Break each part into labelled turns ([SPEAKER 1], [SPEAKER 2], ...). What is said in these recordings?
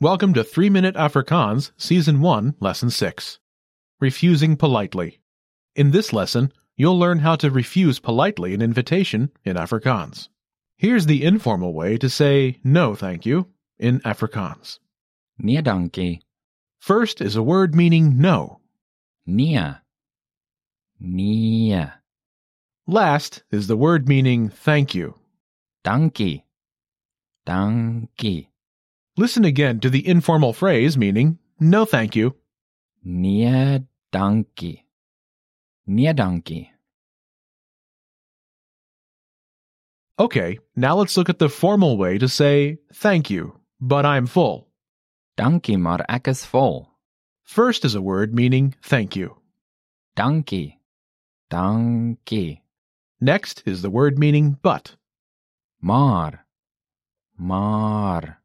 [SPEAKER 1] Welcome to 3 Minute Afrikaans, Season 1, Lesson 6. Refusing Politely. In this lesson, you'll learn how to refuse politely an invitation in Afrikaans. Here's the informal way to say no thank you in Afrikaans.
[SPEAKER 2] Nee, dankie.
[SPEAKER 1] First is a word meaning no.
[SPEAKER 2] Nee. Nee,
[SPEAKER 1] Last is the word meaning thank you.
[SPEAKER 2] dankie. Dankie.
[SPEAKER 1] Listen again to the informal phrase meaning no thank you.
[SPEAKER 2] Nee, dankie. Nee, dankie.
[SPEAKER 1] Okay, now let's look at the formal way to say thank you, but I'm full.
[SPEAKER 2] Dankie, maar ek is vol.
[SPEAKER 1] First is a word meaning thank you.
[SPEAKER 2] Dankie. Dankie.
[SPEAKER 1] Next is the word meaning but.
[SPEAKER 2] Maar. Maar.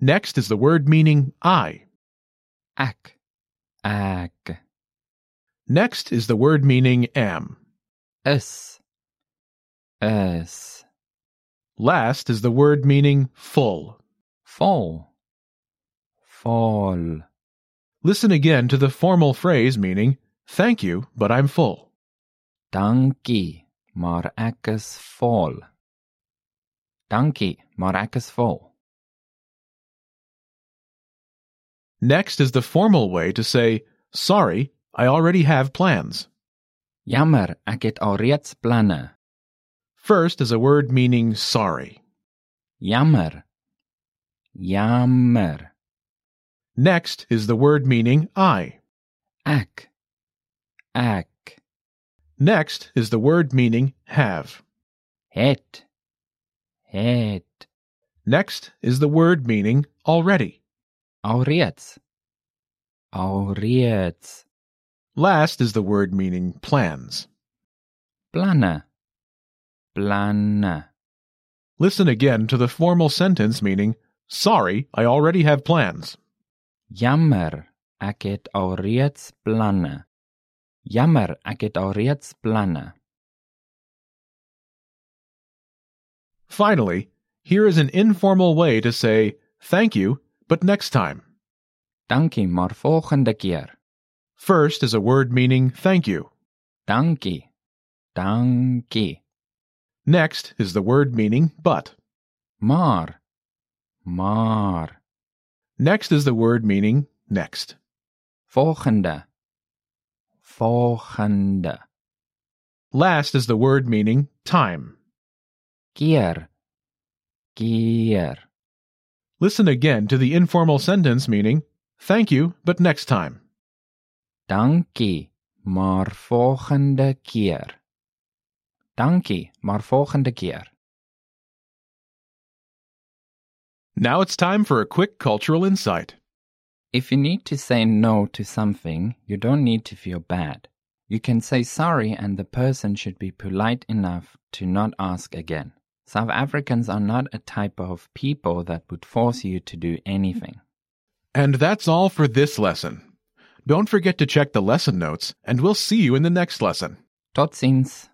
[SPEAKER 1] Next is the word meaning I.
[SPEAKER 2] Ek. Ek.
[SPEAKER 1] Next is the word meaning am.
[SPEAKER 2] Is. Is.
[SPEAKER 1] Last is the word meaning full.
[SPEAKER 2] Vol. Vol.
[SPEAKER 1] Listen again to the formal phrase meaning thank you, but I'm full.
[SPEAKER 2] Dankie, maar ek is vol. Dankie, maar ek is vol.
[SPEAKER 1] Next is the formal way to say sorry, I already have plans.
[SPEAKER 2] Jammer, ek het alreeds planne.
[SPEAKER 1] First is a word meaning sorry.
[SPEAKER 2] Jammer. Jammer.
[SPEAKER 1] Next is the word meaning I.
[SPEAKER 2] Ek. Ek
[SPEAKER 1] Next is the word meaning have.
[SPEAKER 2] het. Het
[SPEAKER 1] Next is the word meaning already.
[SPEAKER 2] alreeds. Alreeds
[SPEAKER 1] Last is the word meaning plans.
[SPEAKER 2] planne. Planne.
[SPEAKER 1] Listen again to the formal sentence meaning, Sorry, I already have plans.
[SPEAKER 2] Jammer, ek het alreeds planne. Jammer, ek het alreeds planne.
[SPEAKER 1] Finally, here is an informal way to say, Thank you, but next time.
[SPEAKER 2] Dankie, maar volgende keer.
[SPEAKER 1] First is a word meaning thank you.
[SPEAKER 2] Dankie. Dankie.
[SPEAKER 1] Next is the word meaning but.
[SPEAKER 2] Maar. Maar.
[SPEAKER 1] Next is the word meaning next.
[SPEAKER 2] Volgende. Volgende.
[SPEAKER 1] Last is the word meaning time.
[SPEAKER 2] Keer. Keer.
[SPEAKER 1] Listen again to the informal sentence meaning, Thank you, but next time.
[SPEAKER 2] Dankie, maar volgende keer. Dankie, maar volgende keer.
[SPEAKER 1] Now it's time for a quick cultural insight.
[SPEAKER 2] If you need to say no to something, you don't need to feel bad. You can say sorry and the person should be polite enough to not ask again. South Africans are not a type of people that would force you to do anything.
[SPEAKER 1] And that's all for this lesson. Don't forget to check the lesson notes, and we'll see you in the next lesson.
[SPEAKER 2] Tot ziens.